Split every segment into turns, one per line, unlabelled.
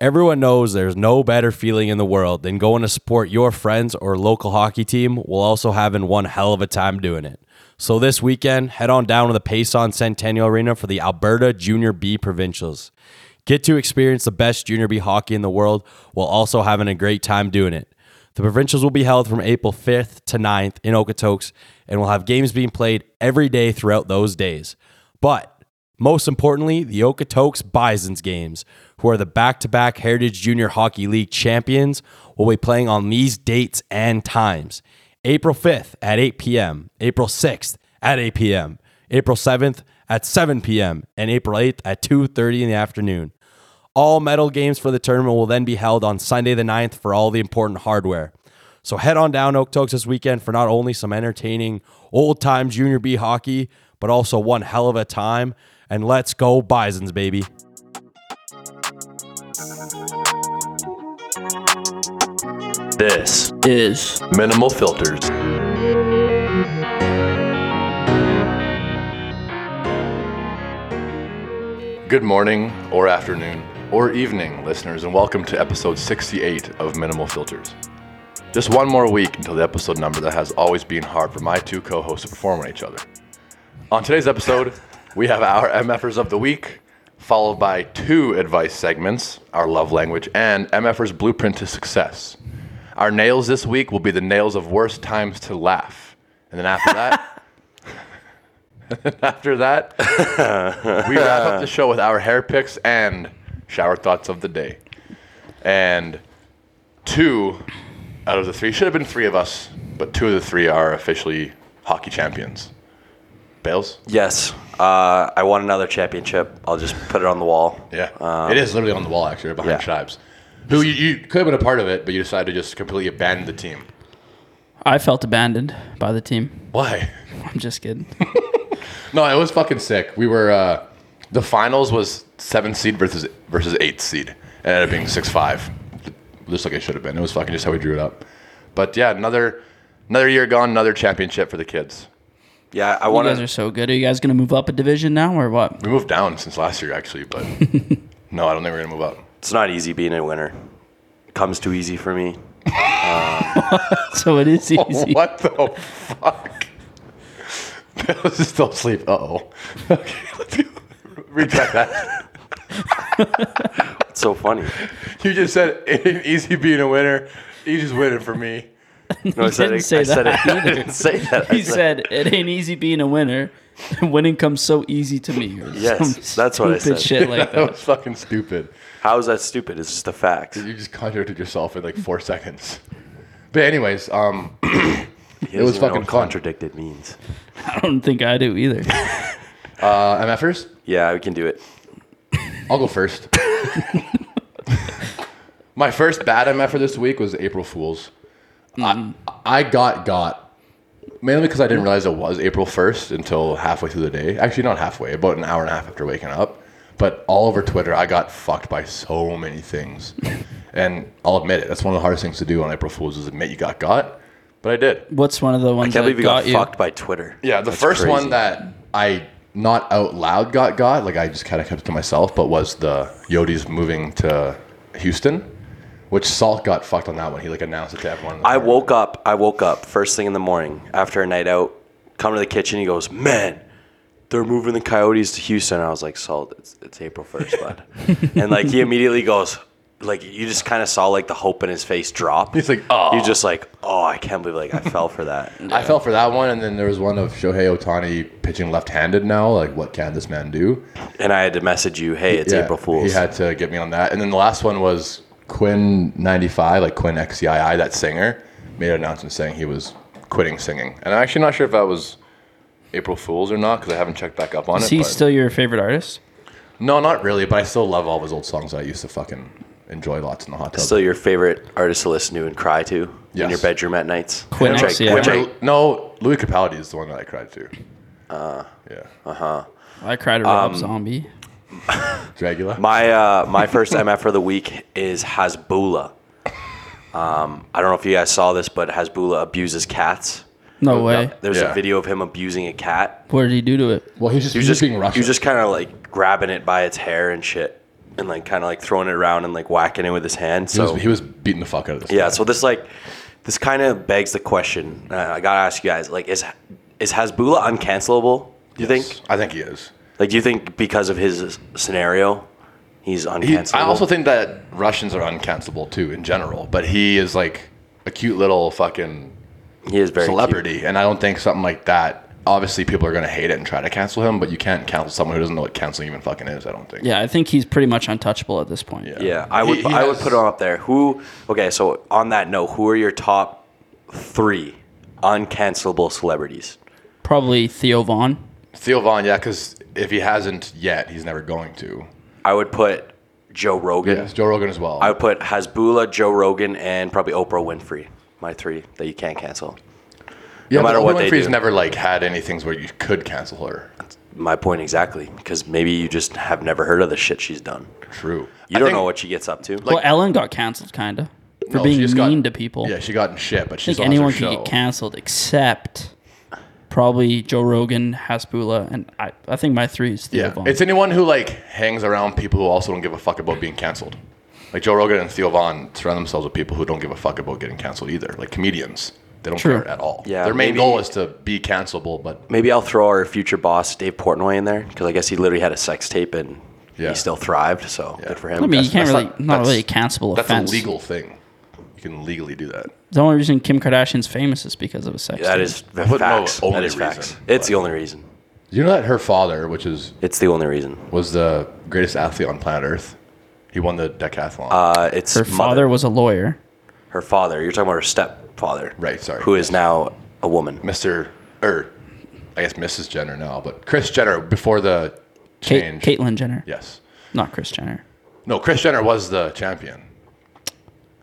Everyone knows there's no better feeling in the world than going to support your friends or local hockey team while also having one hell of a time doing it. So this weekend, head on down to the Payson Centennial Arena for the Alberta Junior B Provincials. Get to experience the best Junior B hockey in the world while also having a great time doing it. The provincials will be held from April 5th to 9th in Okotoks and will have games being played every day throughout those days. But most importantly, the Okotoks Bisons games, who are the back to back Heritage Junior Hockey League champions, will be playing on these dates and times April 5th at 8 p.m., April 6th at 8 p.m., April 7th at 7 p.m., and April 8th at 2.30 in the afternoon. All medal games for the tournament will then be held on Sunday the 9th for all the important hardware. So head on down to Okotoks this weekend for not only some entertaining old time junior B hockey, but also one hell of a time. And let's go Bisons, baby.
This
is
minimal filters. Good morning, or afternoon, or evening, listeners, and welcome to episode 68 of Minimal Filters. Just one more week until the episode number that has always been hard for my two co hosts to perform on each other. On today's episode, we have our MFers of the week, followed by two advice segments, our love language, and MFers blueprint to success. Our nails this week will be the nails of worst times to laugh. And then after that, and then after that, we wrap up the show with our hair picks and shower thoughts of the day. And two out of the three should have been three of us, but two of the three are officially hockey champions. Bales?
Yes. Uh, I won another championship. I'll just put it on the wall.
Yeah. it is literally on the wall, actually, right behind
yeah.
Shibes. Who you, you could have been a part of it, but you decided to just completely abandon the team.
I felt abandoned by the team.
Why?
I'm just kidding.
No, it was fucking sick. We were uh, the finals was seven seed versus versus eight seed. It ended up being six five, just like it should have been. It was fucking just how we drew it up. But yeah, another another year gone, another championship for the kids.
Yeah, I
You
won
guys
a,
are so good. Are you guys gonna move up a division now or what?
We moved down since last year actually, but no, I don't think we're gonna move up.
It's not easy being a winner. It comes too easy for me.
So
Oh,
it is easy.
What the fuck? That was just still asleep. Uh oh. Okay, let's go. Retract that.
It's so funny.
You just said it ain't easy being a winner. Easy's winning for me.
No, I said
didn't
it-
say
I said it-
that
I didn't say that. I
He said it ain't easy being a winner. Winning comes so easy to me. or
Yes,
some
that's what I
stupid
said.
Shit
That
like that.
was fucking stupid.
How is that stupid? It's just a fact.
You just contradicted yourself in like four seconds. But anyways, um,
He
It was
doesn't even know
fucking
what
fun.
contradicted means.
I don't think I do either.
uh, MFers,
Yeah, we can do it.
I'll go first. My first bad MFer this week was April Fools. I, I got got mainly because I didn't realize it was April first until halfway through the day. Actually, not halfway, about an hour and a half after waking up. But all over Twitter, I got fucked by so many things, and I'll admit it. That's one of the hardest things to do on April Fools is admit you got got. But I did.
What's one of the ones
Can't
that
believe you
got,
got,
you?
fucked by Twitter.
Yeah, the
That's
first
crazy.
one that I not out loud got got, like I just kind of kept to myself, but was the Yodi's moving to Houston, which Salt got fucked on that one. He like announced it to everyone. in the
I
car.
woke up. I woke up first thing in the morning after a night out. Come to the kitchen. He goes, "Man, they're moving the Coyotes to Houston." I was like, "Salt, it's, it's April first, bud." and like he immediately goes, like you just kind of saw like the hope in his face drop.
He's like, "Oh."
You're just like, "Oh, I can't believe like I fell for that."
I fell for that one, and then there was one of Shohei Otani pitching left-handed now. Like, what can this man do?
And I had to message you, "Hey, it's
Yeah,
April Fools."
He had to get me on that. And then the last one was Quinn 95, like Quinn XCII, that singer, made an announcement saying he was quitting singing. And I'm actually not sure if that was April Fool's or not because I haven't checked back up on
Is
it.
he
but-
still your favorite artist?
no, not really, but I still love all of his old songs that I used to fucking enjoy lots in the hot tub.
Still, your favorite artist to listen to and cry to in
Yes.
your bedroom at nights.
Quinn
Which I-
XCII.
which I-
Remember- no, Louis Capaldi is the one that I cried to.
Uh,
yeah.
I cried a
Um,
Rob Zombie.
Dragula?
My uh, my first MF for the week is Hasbula. Um, I don't know if you guys saw this, but Hasbula abuses cats.
No way.
There's
Yeah.
a video of him abusing a cat.
What did he do to it?
well, he's just,
He was
he's just
just
being
he
Russian.
was just kind of like grabbing it by its hair and shit. and like kind of like throwing it around and like whacking it with his hand.
He,
So
was, he was beating the fuck out of this.
yeah, so this like this kind of begs the question. Uh, I gotta ask you guys, like, is is Hasbullah uncancelable? Do you think?
I think he is.
Like, do you think because of his scenario, he's
He,
uncancelable?
I also think that Russians are uncancelable too in general, but he is like a cute little fucking
he is very cute.
celebrity, and I don't think something like that. Obviously, people are gonna hate it and try to cancel him, but you can't cancel someone who doesn't know what canceling even fucking is. I don't think.
Yeah, I think he's pretty much untouchable at this point.
Yeah, I
He-
would.
he
I would
has-
put him up there. Who? Okay, so on that note, who are your top three uncancelable celebrities?
Probably Theo Vaughn.
Theo Vaughn, yeah, because if he hasn't yet, he's never going to.
I would put Joe Rogan.
Yes, Joe Rogan as well.
I would put Hasbullah, Joe Rogan, and probably Oprah Winfrey. My three that you can't cancel.
yeah,
no matter
but
what they
Winfrey's
do.
never like had any things where you could cancel her.
My point exactly, because maybe you just have never heard of the shit she's done.
True.
You
I
don't
think-
know what she gets up to.
well, Ellen got canceled, kind of,
Oh,
for
no,
being
she
mean
just got-
to people.
Yeah, she got in shit, but
I
she's
think
on her
anyone could
show.
get canceled except probably Joe Rogan, Hasbula, and I, I think my three is Theo
Yeah,
Vaughn.
it's anyone who like hangs around people who also don't give a fuck about being canceled. Like Joe Rogan and Theo Vaughn surround themselves with people who don't give a fuck about getting canceled either. Like comedians, they don't
True.
care at all.
Yeah,
their main
maybe-
goal is to be cancelable, but
maybe I'll throw our future boss Dave Portnoy in there because I guess he literally had a sex tape and
Yeah.
he still thrived. So good for him.
I mean, you
that's-
can't
that's
really,
not-
not,
that's-
really a cancelable
that's
offense.
a legal thing. You can legally do that.
The only reason Kim Kardashian's famous is because of a sex.
that
tape.
is the
But no,
facts.
only
that is
reason,
facts. It's the only reason.
You know that her father, which is
It's the only reason.
was the greatest athlete on planet Earth. He won the decathlon.
Uh, it's
her father was a lawyer.
Her father. You're talking about her stepfather.
Right, sorry.
Who is now a woman.
Mr. or er, I guess Mrs. Jenner now, but Chris Jenner before the
Kate,
change.
Caitlyn Jenner,
Yes.
not Chris Jenner.
No, Chris Jenner was the champion.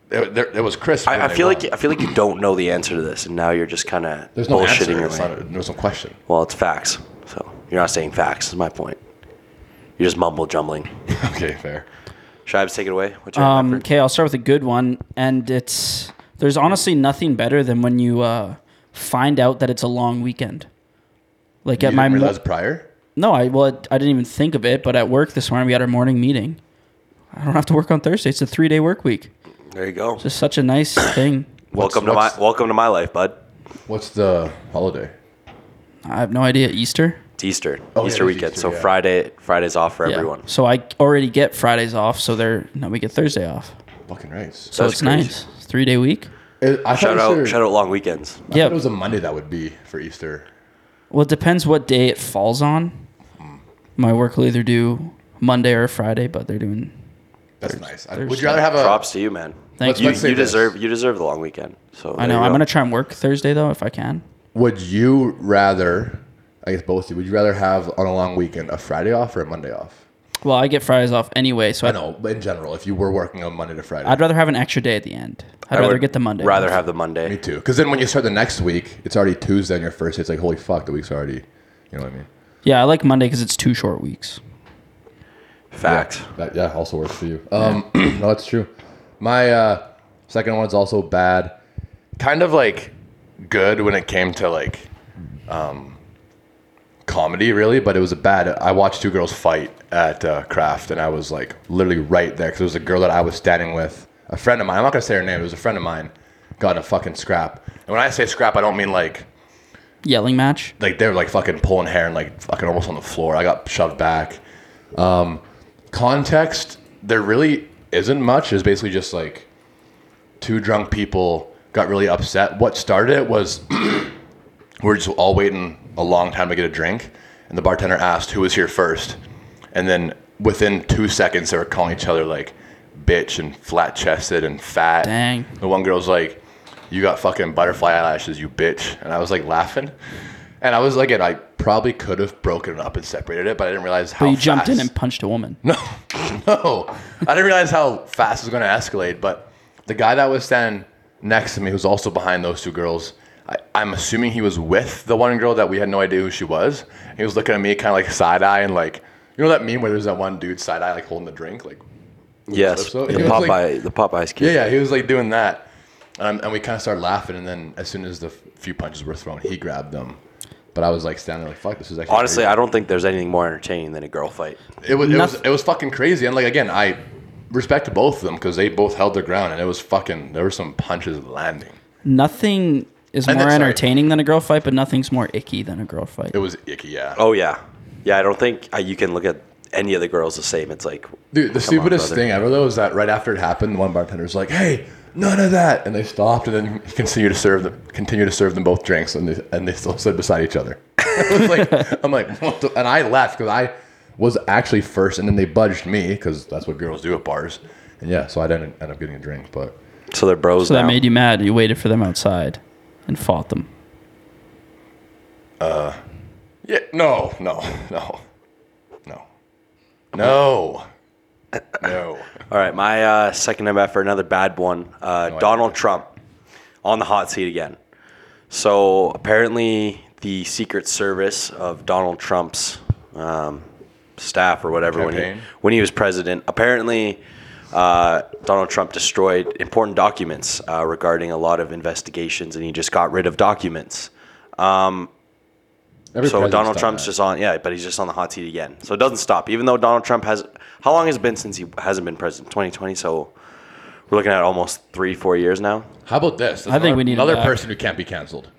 There, there, there was Chris. when
I, I
they
feel
won.
like I feel like you don't know the answer to this, and now you're just kind of
there's no answer.
bullshitting your
It's
way.
not a- There's no question.
Well, it's facts. So you're not saying facts. Is my point. You're just mumble jumbling.
Okay, fair.
Shibes, take it away. What's your
Um,
effort?
okay, I'll start with a good one, and it's there's honestly nothing better than when you uh, find out that it's a long weekend. Like
You
at my
didn't
mo-
realize prior.
no, I well, I didn't even think of it, but at work this morning we had our morning meeting. I don't have to work on Thursday. It's a three day work week.
There you go.
It's such a nice thing.
What's-
welcome to my
what's-
welcome to my life, bud.
What's the holiday?
I have no idea. Easter.
It's Easter.
Oh,
Easter
yeah, it is
weekend.
Easter,
so
yeah.
Friday Friday's off for
Yeah.
everyone.
So I already get Fridays off, so they're no, we get Thursday off.
Fucking rights.
So
That's
it's
crazy.
nice. Three day week.
It, I
Shout
thought
out
Easter-
shout out long weekends.
I thought
Yeah.
It was a Monday that would be for Easter.
Well, it depends what day it falls on.
Hmm.
My work will either do Monday or Friday, but they're doing.
That's nice. I, would
Thursday.
you rather have a
Props to you, man.
Thank
Let's-
you.
let's say
You
this.
deserve you deserve the long weekend. So
I know. I'm gonna try and work Thursday though if I can.
Would you rather? I guess both of you. Would you rather have on a long weekend a Friday off or a Monday off?
Well, I get Fridays off anyway, so
I
I'd,
know, but in general, if you were working on Monday to Friday,
I'd rather have an extra day at the end. I'd rather get the Monday.
Rather
off.
have the
me
Monday.
too. Because then when you start the next week, it's already Tuesday on your first. day. It's like holy fuck, the week's already. You know what I mean?
Yeah, I like Monday because it's two short weeks.
Fact.
That yeah, also works for you. Um, no, that's true. My uh, second one's also bad. Kind of like good when it came to like um, comedy, really, but it was a bad. I watched two girls fight at uh, Kraft, and I was like literally right there because it was a girl that I was standing with, a friend of mine. I'm not gonna say her name. It was a friend of mine. Got in a fucking scrap. And when I say scrap, I don't mean like
Yelling match.
like they were like fucking pulling hair and like fucking almost on the floor. I got shoved back. Um, context there really isn't much. It's basically just like two drunk people got really upset. What started it was we we're just all waiting a long time to get a drink, and the bartender asked who was here first, and then within two seconds they were calling each other like bitch and flat chested and fat.
Dang.
The one girl was like, "You got fucking butterfly eyelashes, you bitch," and I was like laughing. And I was like, and I probably could have broken it up and separated it, but I didn't realize how.
But you jumped in
Oh, fast-
and punched a woman.
no, no. I didn't realize how fast it was going to escalate. But the guy that was standing next to me, who's also behind those two girls, I, I'm assuming he was with the one girl that we had no idea who she was. He was looking at me kind of like side eye and like, you know that meme where there's that one dude side eye like holding the drink, like
Yes. The
so- It was
Popeye
like-
the Popeye's kid.
yeah, yeah. He was like doing that, um, and we kind of started laughing. And then as soon as the few punches were thrown, he grabbed them. But I was like standing there like, fuck, this is actually
Honestly,
crazy.
I don't think there's anything more entertaining than a girl fight.
it was it was
Nothing-
it was fucking crazy. And like again, I respect both of them because they both held their ground, and it was fucking. There were some punches landing.
Nothing is
And
more
that's- sorry.
entertaining than a girl fight, but nothing's more icky than a girl fight.
It was icky, yeah.
Oh yeah, yeah. I don't think uh, you can look at any of the girls the same. It's like
Dude, the
Come on,
stupidest
brother.
thing ever though is that right after it happened, one bartender was like, "Hey, none of that," and they stopped, and then he continued to serve them, continue to serve them both drinks, and they, and they still stood beside each other. It was like, I'm like, what the? and I left because I was actually first, and then they budged me because that's what girls do at bars, and yeah, so I didn't end up getting a drink, but
so they're bros
so that
now.
made you mad. You waited for them outside and fought them.
yeah, no, no, no, no, no, no.
All right, my uh, second MF for another bad one. Uh, Donald Trump on the hot seat again. So apparently, the Secret Service of Donald Trump's um, staff or whatever when he,
Campaign?
when he was president, apparently uh, Donald Trump destroyed important documents uh, regarding a lot of investigations, and he just got rid of documents.
Every
So Donald
president's done
Trump's
that.
just on, yeah, but he's just on the hot seat again. So it doesn't stop, even though Donald Trump has. How long has it been since he hasn't been president? 2020. So we're looking at almost three, four years now.
How about this?
I think we need him
another
back.
person who can't be canceled.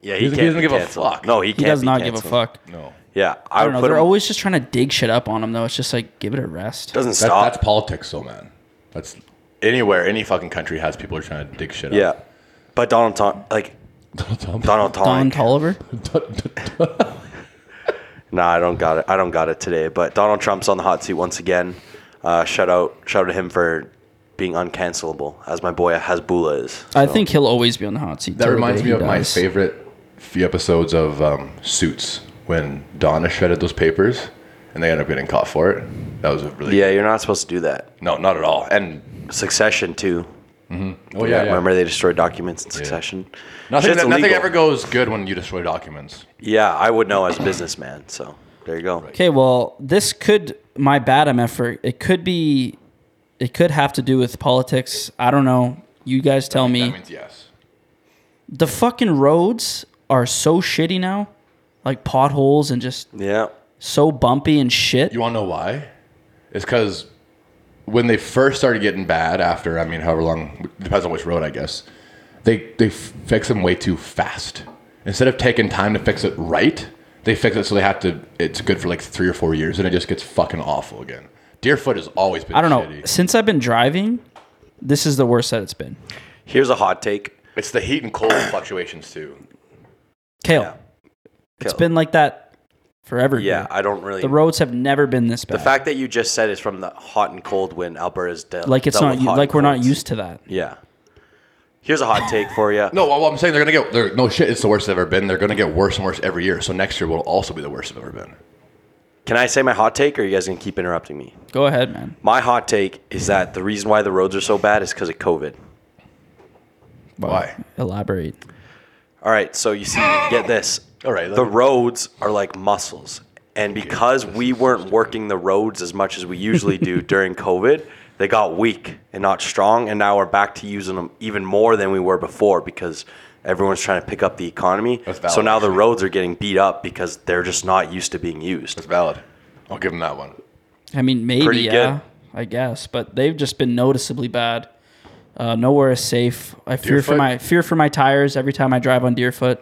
Yeah,
He- he
can't
doesn't
be
give a
canceled.
fuck.
No, he can't
He does
be
not give a
canceled.
fuck.
No.
Yeah, I, would
I don't know.
put
They're
him.
always just trying to dig shit up on him, though. It's just like give it a rest.
doesn't
That,
stop.
that's politics, though, man. That's anywhere, any fucking country has people who are trying to dig shit
yeah,
up.
but Donald Trump, like
Donald Trump.
Donald Trump.
Don Tolliver.
Nah, I don't got it. I don't got it today. But Donald Trump's on the hot seat once again. Uh, shout out, shout out to him for being uncancelable, as my boy Hasbullah is.
I think he'll always be on the hot seat.
That
till the
reminds
day
me
he
of my
dies.
favorite few episodes of um, Suits when Donna shredded those papers and they ended up getting caught for it. That was a really
Yeah, you're not supposed to do that.
No, not at all. And
Succession too.
oh
Yeah,
yeah, yeah.
remember they destroyed documents in succession.
nothing,
Shit's
nothing
illegal.
ever goes good when you destroy documents.
Yeah, I would know as a businessman. So there you go.
Okay, well, this could my bad MF for it could be, it could have to do with politics. I don't know. You guys tell me.
That means yes.
the fucking roads are so shitty now, like potholes and just
Yeah,
so bumpy and shit.
You want to know why? It's because when they first started getting bad, after I mean, however long depends on which road, I guess. They they f- fix them way too fast. Instead of taking time to fix it right, they fix it so they have to. It's good for like three or four years, and it just gets fucking awful again. Deerfoot has always been.
I don't know.
shitty.
Since I've been driving, this is the worst that it's been.
here's a hot take.
It's the heat and cold fluctuations too.
Kale,
It's
it's been like that forever.
yeah.
dude.
I don't really.
the roads have never been this bad.
The fact that you just said is from the hot and cold when Alberta's dealt.
like it's
dealt
not
with hot
like
and
we're not
colds.
used to that.
Yeah. Here's a hot take for you.
No, well, I'm saying they're gonna get. They're, no shit, it's the worst it's ever been. They're gonna get worse and worse every year. So next year will also be the worst it's ever been.
Can I say my hot take, or are you guys gonna keep interrupting me?
Go ahead, man.
My hot take is that the reason why the roads are so bad is because of COVID.
Well,
Why?
Elaborate.
All right, so you see, get this.
All right,
the
let-
roads are like muscles, and because we weren't working the roads as much as we usually do during COVID, they got weak and not strong, and now we're back to using them even more than we were before because everyone's trying to pick up the economy.
That's valid,
so now the
actually.
roads are getting beat up because they're just not used to being used.
It's valid. I'll give them that one.
I mean, maybe
Pretty
yeah,
good.
I guess, but they've just been noticeably bad. Uh, nowhere is safe. I fear for
Deerfoot?
my fear for my tires every time I drive on Deerfoot.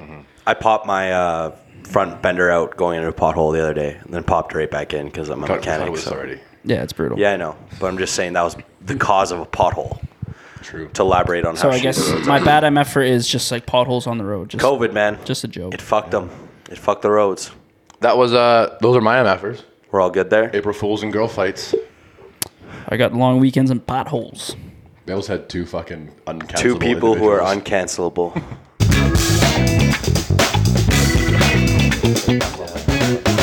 I popped my uh, front bender out going into a pothole the other day, and then popped right back in because I'm a
Talked about
mechanic.
this
so-
already.
Yeah, it's brutal.
Yeah, I know, but I'm just saying that was the cause of a pothole.
True.
To elaborate on how
So I
shitty
guess
the roads
uh,
my bad MF for is just like potholes on the road. Just,
COVID, man.
Just a joke.
It fucked them. It fucked the roads.
That was uh those are my MFers.
We're all good there.
April Fools and Girl Fights.
I got long weekends and potholes.
They also had two fucking uncancelable
Two people who are
individuals.
uncancelable.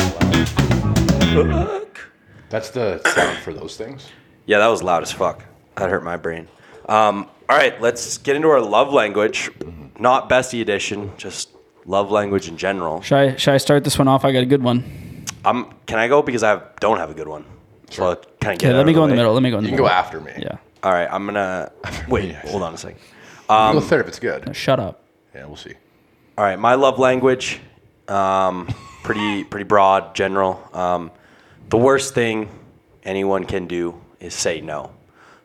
That's the sound for those things.
yeah, that was loud as fuck. That hurt my brain. Um, all right, let's get into our love language. Not bestie edition, just love language in general.
Should I should I start this one off? I got a good one.
Um, can I go because I don't have a good one. So I'll kind of get.
Okay,
it out
let me
of
go in the
way.
middle. Let me go in
You
the
can go
middle.
after me.
Yeah.
All right, I'm gonna wait.
Yes.
Hold on a second.
Um, You can go third if it's good.
Shut up.
Yeah, we'll see.
All right, my love language um, pretty pretty broad, general. Um, the worst thing anyone can do is say no.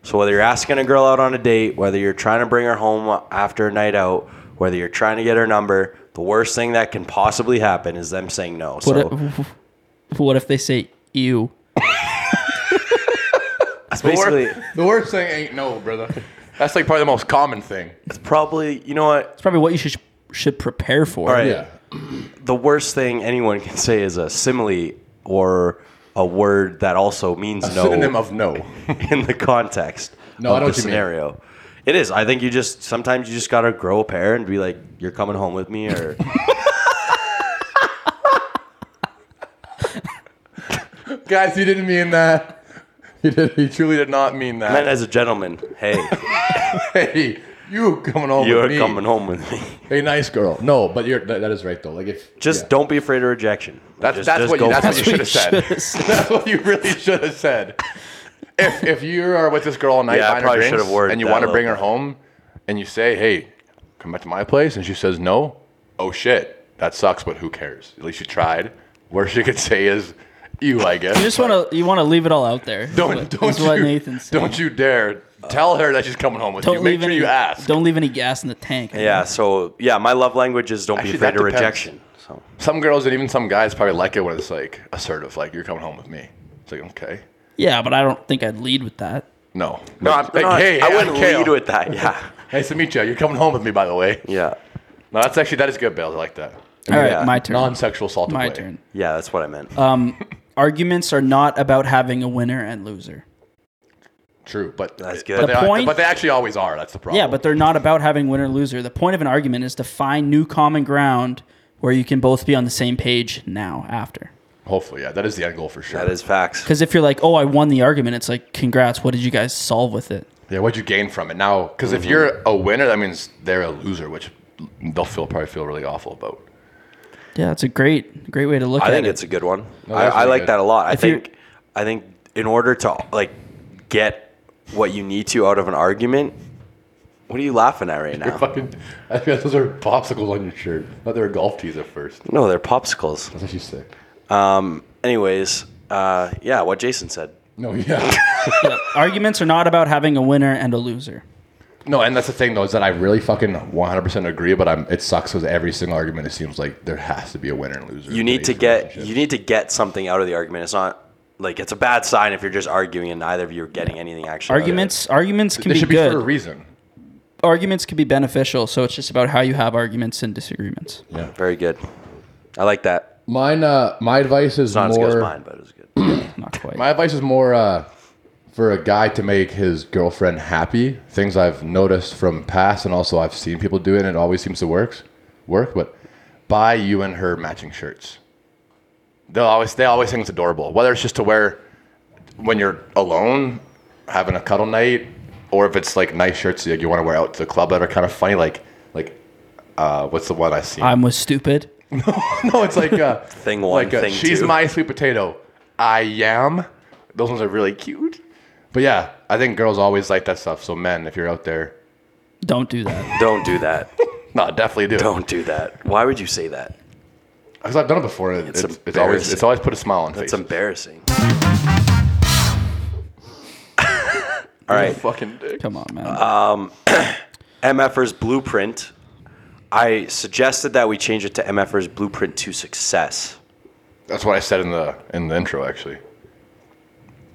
So whether you're asking a girl out on a date, whether you're trying to bring her home after a night out, whether you're trying to get her number, the worst thing that can possibly happen is them saying no.
What,
So
if, what if they say you?
it's basically
The worst thing ain't no, brother. That's like probably the most common thing.
it's probably you know what
It's probably what you should should prepare for.
All right. the worst thing anyone can say is a simile or a word that also means no
Synonym of no.
in the context
No, I
of
know
the
what you mean.
scenario. It is. I think you just sometimes you just gotta grow a pair and be like, "You're coming home with me," or
Guys, he didn't mean that. He did. He truly did not mean
"Man,
that.
as a gentleman, hey,
hey, you coming home
you're
with me?
coming home with me."
Hey, nice girl. No, but you're that, that is right though. Like if
Just
yeah.
don't be afraid of rejection.
That's
just,
that's
just
what
go
you, that's
for
what you
it.
should have said.
Should've-
that's what you really should have said. If if you are with this girl all night
Yeah, I
buying her
probably should
drinks
have worded
and you
that
want
a
to bring her
little
home, and you say, "Hey, come back to my place," and she says no, oh shit, that sucks. But who cares? At least you tried. Worst you could say is you, I guess.
You just want to you want to leave it all out there. is
don't
what-
don't
is what
you
Nathan's saying.
don't you dare tell her that she's coming home with
Don't
you.
leave
Make sure
any,
you ask.
Don't leave any gas in the tank.
Yeah. So yeah, my love language is don't
Actually,
be afraid
that
of
depends.
rejection. So
Some girls and even some guys probably like it when it's like assertive, like you're coming home with me. It's like okay,
Yeah, but I don't think I'd lead with that.
no,
no, I'm,
Like,
no, I-
hey,
I
hey, oh.
wouldn't
I'm Kale.
lead with that. Yeah,
Nice to meet you. You're coming home with me, by the way.
yeah,
No, that's actually that is good, Bales. I like that.
All right,
Yeah.
my turn.
Non-sexual assault. of
my
way.
turn.
yeah. That's what I meant.
Arguments are not about having a winner and loser.
True, but
That's
but
good.
they
The
are-
point-
but they actually always are. That's the problem.
Yeah, but they're not about having winner and loser. The point of an argument is to find new common ground where you can both be on the same page now after.
hopefully, yeah, that is the end goal for sure.
that is facts.
Because if you're like, oh, I won the argument, it's like, congrats. What did you guys solve with it?
Yeah, what'd you gain from it now? Because
Mm-hmm.
if you're a winner, that means they're a loser, which they'll feel probably feel really awful about.
Yeah, it's a great, great way to look
I
at
think
it.
it's a good one. I,
that's
I
really
like
good.
that a lot. I
If you-
think I think in order to like get what you need to out of an argument, what are you laughing at right now?
Fucking, I think those are popsicles on your shirt. I thought they were golf tees at first.
No, they're popsicles.
That's what you said.
Um. Anyways, uh, yeah, what Jason said.
No, yeah.
Yeah, arguments are not about having a winner and a loser.
No, and that's the thing though is that I really fucking 100% agree, but I'm it sucks because every single argument it seems like there has to be a winner and loser.
You
in
need to
today's
get
relationship.
you need to get something out of the argument. It's not like it's a bad sign if you're just arguing and neither of you are getting anything actually. out of it.
Arguments, arguments can
It
be
should be
good.
for a reason.
arguments can be beneficial. So it's just about how you have arguments and disagreements.
Yeah.
Very good. I like that.
Mine uh my advice is
It's not as good as
more
mine, but it was good.
Not quite.
My advice is more uh for a guy to make his girlfriend happy. Things I've noticed from past and also I've seen people do it and it always seems to works work, but buy you and her matching shirts. They'll always they always think it's adorable. Whether it's just to wear when you're alone, having a cuddle night, or if it's like nice shirts that you want to wear out to the club that are kind of funny, like like uh, what's the one I see?
I'm was stupid.
no, it's like uh,
Thing one,
like uh,
thing
she's
two.
my sweet potato. I am. Those ones are really cute. But yeah, I think girls always like that stuff. So men, if you're out there,
Don't do that.
Don't do that.
no, definitely do.
Don't do that. Why would you say that?
Because I've done it before. and It's, it's, always it's
embarrassing.
always put a smile on
That's
face.
embarrassing. All right.
fucking dick.
Come on, man.
Uh, MFR's blueprint. I suggested that we change it to MFR's blueprint to success.
That's what I said in the in the intro actually.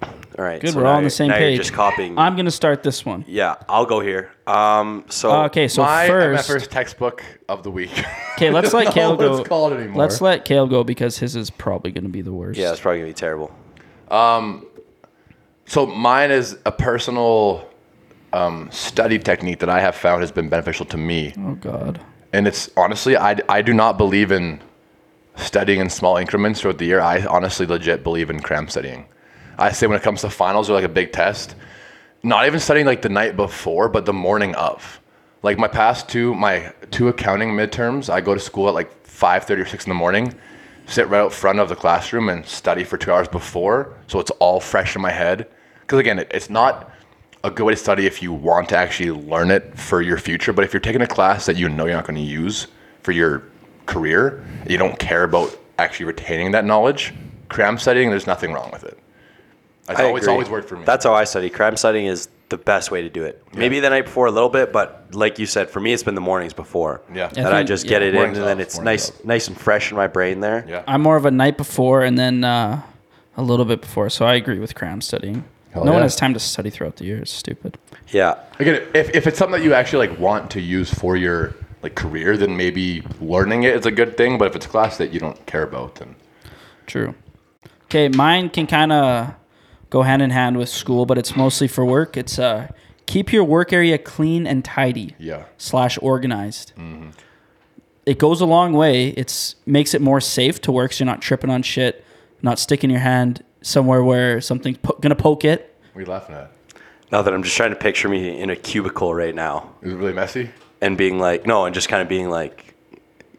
All right.
Good.
so
We're
now
all on
you're-
the same
now
page.
You're just copying.
I'm gonna start this one.
yeah, I'll go here. Um, so
Uh, Okay, so
My
first,
MFR's textbook of the week.
okay, let's let
No,
Kale go.
let's call it anymore.
Let's let Kale go because his is probably gonna be the worst.
yeah, it's probably gonna be terrible.
So mine is a personal um, study technique that I have found has been beneficial to me.
Oh God.
And it's honestly, I, I do not believe in studying in small increments throughout the year. I honestly legit believe in cram studying. I say when it comes to finals or like a big test, not even studying like the night before, but the morning of. Like my past two, my two accounting midterms, I go to school at like 5.30 or 6 in the morning, sit right out front of the classroom and study for two hours before. So it's all fresh in my head. Because again, it, it's not a good way to study if you want to actually learn it for your future. But if you're taking a class that you know you're not going to use for your career, you don't care about actually retaining that knowledge, cram studying, there's nothing wrong with it. It's
I
always,
agree.
always worked for me.
That's how I study. Crime studying is the best way to do it. Maybe the night before a little bit, but like you said, for me it's been the mornings before.
Yeah. I
That I
think-
just
yeah.
get it in
Mornings
and then
off,
it's
mornings
nice nice and fresh in my brain there.
yeah.
I'm more of a night before and then uh, a little bit before. So I agree with cram studying.
Hell
no one
yeah.
has time to study throughout the year. It's stupid.
Yeah.
Again, if, if it's something that you actually like want to use for your like career, then maybe learning it is a good thing. But if it's a class that you don't care about, then
True. Okay, mine can kind of go hand in hand with school, but it's mostly for work. It's uh, keep your work area clean and tidy.
yeah, Mm-hmm.
slash organized. It goes a long way. It's makes it more safe to work, so you're not tripping on shit, not sticking your hand somewhere where something's po- gonna poke it.
we laughing at.
Now that I'm just trying to picture me in a cubicle right now
Is it really messy?
and being like no, and just kind of being like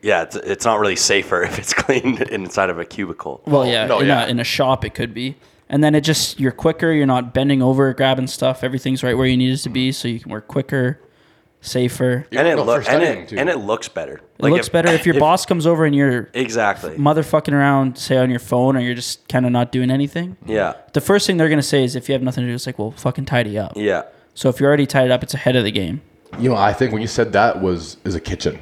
yeah, it's, it's not really safer if it's clean inside of a cubicle.
Well, yeah,
Oh, no,
in,
yeah.
A, in a shop it could be. And then it just you're quicker. You're not bending over, grabbing stuff. Everything's right where you need it to
Mm-hmm.
be, so you can work quicker, safer.
and it
No,
looks
for
and
studying,
it,
too.
and it looks better.
It looks better if your boss comes over and you're
Exactly.
motherfucking around, say on your phone, or you're just kind of not doing anything.
yeah.
The first thing they're gonna say is if you have nothing to do, it's like, well, fucking tidy up.
Yeah.
So if you're already tied up, it's ahead of the game.
You know, I think when you said that was is a kitchen,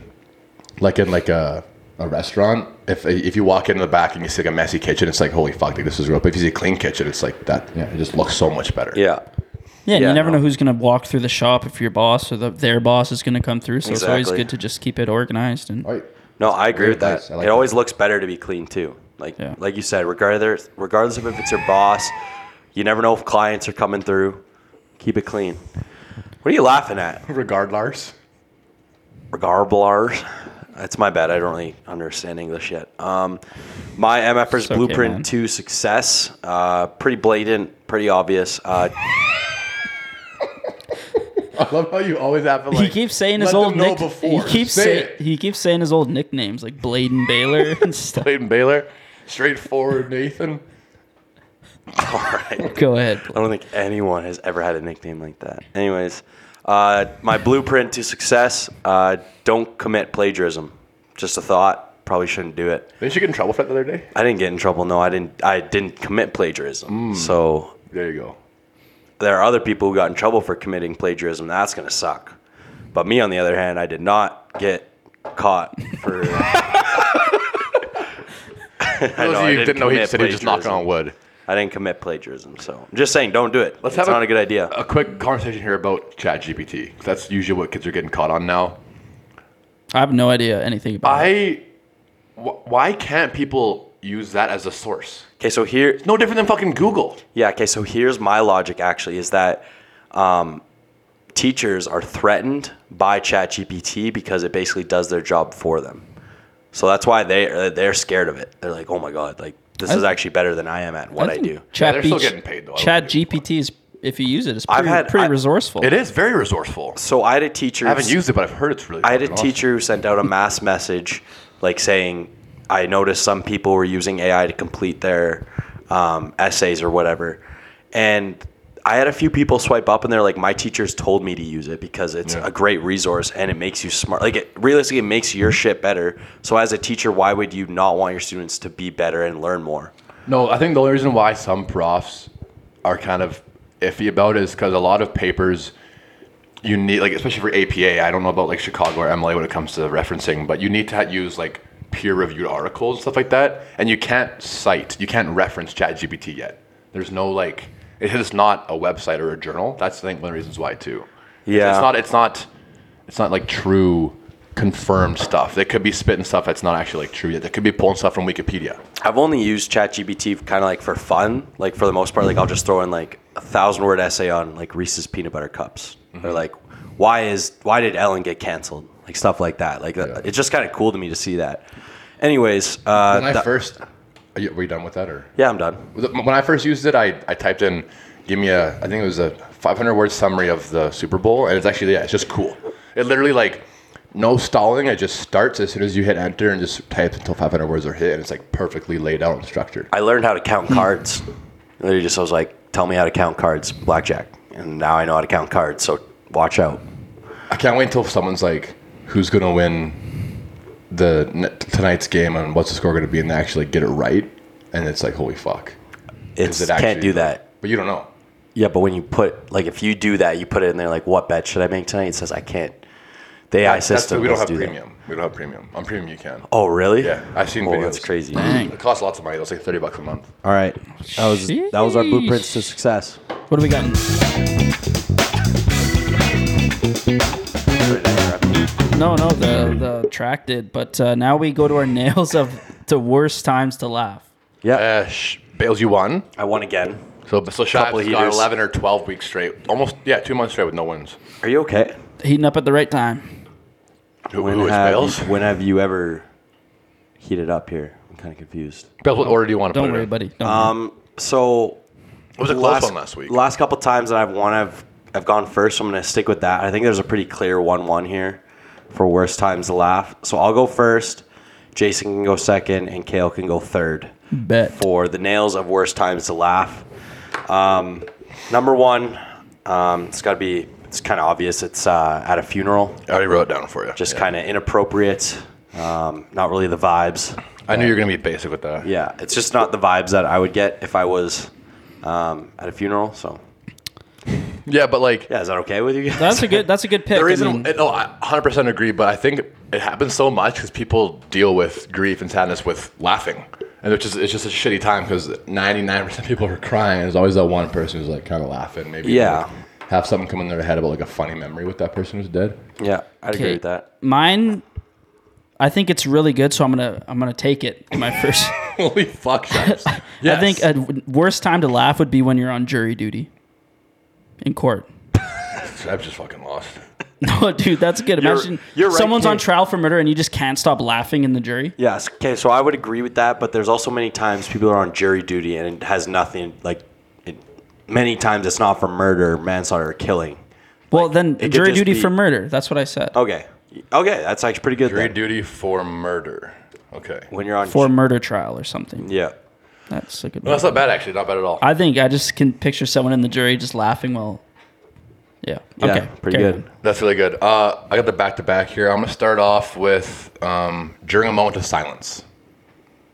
like in like a a restaurant. If if you walk into the back and you see like a messy kitchen, it's like holy fuck, like, this is real. But if you see a clean kitchen, it's like that. Yeah, it just looks so much better.
Yeah.
Yeah, and
Yeah,
you never
no.
know who's going to walk through the shop if your boss or the, their boss is going to come through. So it's always
Exactly.
good to just keep it organized. And
All right.
No, I agree
Great
with that.
advice. I like
it always looks better to be clean too. Like
Yeah.
like you said, regardless regardless of if it's your boss, you never know if clients are coming through. Keep it clean. What are you laughing at?
Regard Lars.
Regarblars. That's my bad. I don't really understand English yet. Um, my MFers
okay,
blueprint
man.
to success. Uh, pretty blatant, pretty obvious. Uh,
I love how you always have to like.
he keeps saying his
let them
old
know
nick-
before.
He keeps
Say
saying
it.
he keeps saying his old nicknames like Blade and Baylor and stuff.
Clayton Baylor, straightforward Nathan.
all right.
Go ahead.
I don't think anyone has ever had a nickname like that. Anyways, uh, my blueprint to success: uh, don't commit plagiarism. Just a thought. Probably shouldn't do it.
Didn't you get in trouble for that the other day?
I didn't get in trouble. No, I didn't. I didn't commit plagiarism. So
There you go.
there are other people who got in trouble for committing plagiarism. That's gonna suck. But me, on the other hand, I did not get caught for. I
Those
know,
of
I
you who didn't know, he
commit
said he was just knocking
plagiarism.
on wood.
I didn't commit plagiarism, so I'm just saying, don't do it.
Let's
it's
have a-
not a good idea.
A quick conversation here about ChatGPT. 'cause That's usually what kids are getting caught on now.
I have no idea anything about. it.
I. Wh- why can't people use that as a source?
Okay, so here,
No different than fucking Google.
Yeah. Okay. So here's my logic. Actually, is that um, teachers are threatened by ChatGPT because it basically does their job for them. So that's why they they're scared of it. They're like, oh my god, like this is actually better than I am at what I,
think
do.
Chat
they're still
Beach-
getting paid, though. I don't
Chat
think
GPT is if you use it, it's
I've
pretty,
had-
pretty
I-
resourceful.
It is very resourceful.
So I had a teacher.
I haven't used it, but I've heard it's really.
I had a
fucking awesome.
teacher who sent out a mass message, like saying, "I noticed some people were using AI to complete their um, essays or whatever," and I had a few people swipe up and they're like, "My teachers told me to use it because it's
Yeah.
a great resource and it makes you smart. Like, it, realistically, it makes your shit better. So, as a teacher, why would you not want your students to be better and learn more?"
No, I think the only reason why some profs are kind of iffy about it is because a lot of papers you need, like especially for APA. I don't know about like Chicago or MLA when it comes to referencing, but you need to ha- use like peer-reviewed articles and stuff like that, and you can't cite, you can't reference ChatGPT yet. There's no like, it is not a website or a journal. That's I think one of the reasons why too.
Yeah.
it's not, it's not, it's not like true confirmed stuff. They could be spitting stuff that's not actually like true yet. They could be pulling stuff from Wikipedia.
I've only used ChatGPT kind of like for fun, like for the most part. Like I'll just throw in like a thousand word essay on like Reese's peanut butter cups,
Mm-hmm.
or like why is why did Ellen get canceled, like stuff like that. Like that it's just kind of cool to me to see that. Anyways, uh,
When I
that-
first, are you, were you done with that or?
yeah, I'm done.
When I first used it, I, I typed in, give me a, I think it was a 500 word summary of the Super Bowl, and it's actually, yeah, it's just cool. It literally, like, no stalling, it just starts as soon as you hit enter and just type until 500 words are hit, and it's like perfectly laid out and structured.
I learned how to
Hmm.
count cards. Literally, just I was like, tell me how to count cards, blackjack, and now I know how to count cards. So watch out.
I can't wait until someone's like, who's gonna win the n- tonight's game and what's the score going to be and they actually get it right, and it's like holy fuck.
It's
Is it
can't
actually-
do that.
But you don't know.
Yeah, but when you put like if you do that, you put it in there like what bet should I make tonight? It says I can't. The AI
That's-
system.
we don't have
doesn't do that.
premium. We don't have premium. On premium you can.
Oh really?
Yeah, I've seen
Well,
videos.
That's crazy.
Dang.
It costs lots of money. It was like thirty bucks a month.
All right, that was that was our blueprints to success.
What do we got? in- No, no, the the track did. But uh, now we go to our nails of the worst times to laugh.
Yeah,
Uh, sh- Bales, you won.
I won again.
So so Shaq's
Couple
got
heaters.
eleven or twelve weeks straight. Almost yeah, two months straight with no wins.
Are you okay?
Heating up at the right time.
Who,
When
who is
have
Bales?
you, when have you ever heated up here? I'm kind of confused.
Bales, what order do you want to
Don't
put it
worry,
in?
buddy. Don't
Um, so
It was a close
last
one last week.
last couple times that I've won, I've I've gone first. So I'm gonna stick with that. I think there's a pretty clear one-one here for worst times to laugh. So I'll go first. Jason can go second, and Kale can go third
worry. bet.
for the nails of worst times to laugh. Um, number one, um, it's got to be. It's kind of obvious. It's uh, at a funeral.
I already wrote it down for you.
Just
Yeah.
kind of inappropriate. Um, not really the vibes.
I knew you were gonna be basic with that.
Yeah, it's just not the vibes that I would get if I was um, at a funeral. So
Yeah, but like
yeah, is that okay with you guys?
That's a good. That's a good pick.
the
I
reason
mean,
it, no, I 100% agree, but I think it happens so much because people deal with grief and sadness with laughing, and it's just it's just a shitty time because 99% of people are crying, and there's always that one person who's like kind of laughing, maybe
Yeah.
like, have something come in their head about like a funny memory with that person who's dead.
yeah, I'd agree
Okay.
with that.
mine. I think it's really good, so I'm gonna I'm gonna take it. My first.
Holy fuck, Shams.
I think uh, a w- worst time to laugh would be when you're on jury duty. In court.
I'm just fucking lost.
No, dude, that's good. Imagine
you're right,
someone's on
Kate.
trial for murder and you just can't stop laughing in the jury.
Yes. Okay. So I would agree with that, but there's also many times people are on jury duty and it has nothing like. It, many times it's not for murder, manslaughter, or killing.
Well, then
could
jury
just
duty
be- Oh.
for murder. That's what I said.
Okay. Okay, that's actually pretty good.
Jury
then.
duty for murder. Okay.
When you're on
For
ju-
murder trial or something.
yeah.
That's a good
No,
one.
that's not bad actually. Not bad at all.
I think I just can picture someone in the jury just laughing while. Yeah.
Yeah,
okay.
pretty
carry
good.
on.
That's really good. Uh, I got the back to back here. I'm gonna start off with um, during a moment of silence.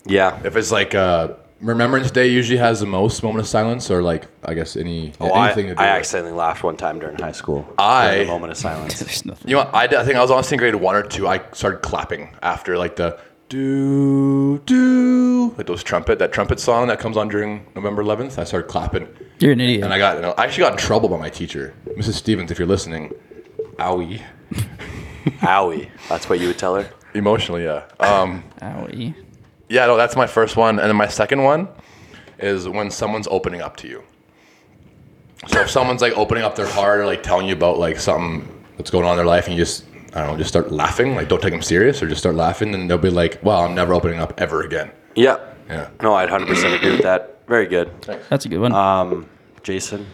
Yeah.
If it's like uh, Remembrance Day, usually has the most moment of silence, or like I guess any
Oh, I,
anything to do.
I
with-
accidentally laughed one time during high school.
I-
during the moment of silence.
There's nothing.
You know, what? I, did- I think I was honestly in grade one or two. I started clapping after like the do do like those trumpet that trumpet song that comes on during November 11th. I started clapping,
You're an idiot.
and I got you know, I actually got in trouble by my teacher, Mrs. Stevens. If you're listening, owie,
Owie. That's what you would tell her.
emotionally, yeah. Um,
Owie.
Yeah, no, that's my first one. And then my second one is when someone's opening up to you. So if someone's like opening up their heart or like telling you about like something that's going on in their life and you just, I don't know, just start laughing, like don't take them serious or just start laughing, then they'll be like, well, I'm never opening up ever again.
Yeah.
Yeah.
No, I'd 100% agree with that. Very good.
That's a good one.
Um, Jason.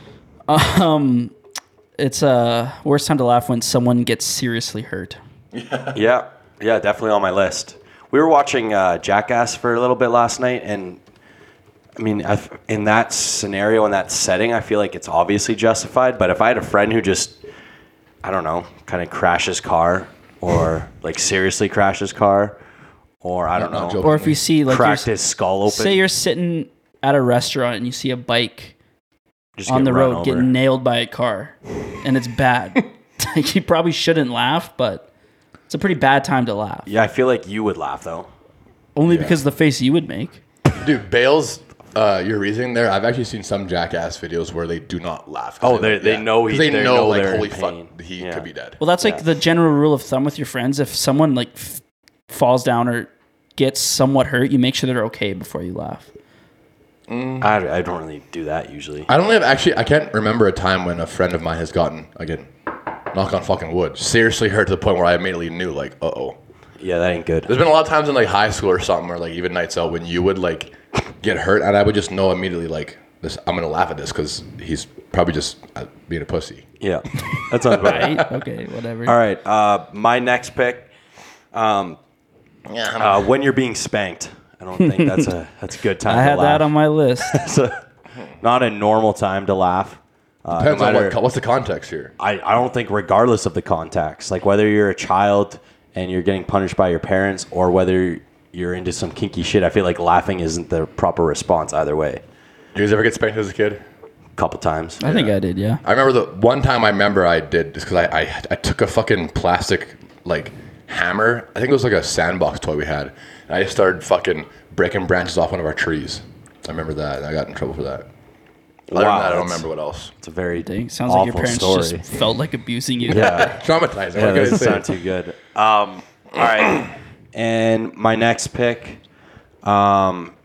it's uh, worst time to laugh when someone gets seriously hurt.
Yeah, yeah, definitely on my list. We were watching uh, Jackass for a little bit last night, and I mean, i in that scenario, in that setting, I feel like it's obviously justified. But if I had a friend who just, I don't know, kind of crashes car, or like seriously crashes car, or I don't
Not
know,
joking.
Or if you see like
cracked
you're,
his skull open,
say you're sitting at a restaurant and you see a bike
just
on
get
the
run
road getting
over.
nailed by a car, and it's bad. like you probably shouldn't laugh, but it's a pretty bad time to laugh.
Yeah, I feel like you would laugh though.
Only because of the face you would make.
Dude, Bales, uh, your reasoning there, I've actually seen some jackass videos where they do not laugh.
Oh, they- they know he-
'Cause
they
they know,
know
like,
they're in
holy
pain.
fuck, he
Yeah.
could be dead.
Well, that's like the general rule of thumb with your friends. If someone like f- falls down or gets somewhat hurt, you make sure they're okay before you laugh.
I, I don't really do that usually.
I don't have actually. I can't remember a time when a friend of mine has gotten again, knock on fucking wood, seriously hurt to the point where I immediately knew like, uh oh.
Yeah, that ain't good.
There's been a lot of times in like high school or something, or like even nights out when you would like get hurt, and I would just know immediately like, this, I'm gonna laugh at this because he's probably just uh, being a pussy.
Yeah, that sounds about right.
Right? okay, whatever.
All right, uh, my next pick. um,
Yeah.
Uh, when you're being spanked, I don't think that's a that's a good time.
I
to
had
laugh.
that on my list.
It's a- not a normal time to laugh. Uh, no
Depends on
matter-
what, co- what's the context here.
I, I don't think regardless of the context, like whether you're a child and you're getting punished by your parents or whether you're into some kinky shit, I feel like laughing isn't the proper response either way.
You guys ever get spanked as a kid?
couple times.
I think I did, yeah.
I remember the one time I remember I did just because I, I I took a fucking plastic like hammer. I think it was like a sandbox toy we had, and I just started fucking breaking branches off one of our trees. I remember that, and I got in trouble for that. Other than that, I don't
that's-
remember what else.
It's a very
Dang, sounds
awful
like your parents
story.
just felt like abusing you.
yeah.
Traumatizing.
Yeah,
what can I
that doesn't
say?
sound too good. Um, all right. And my next pick, um,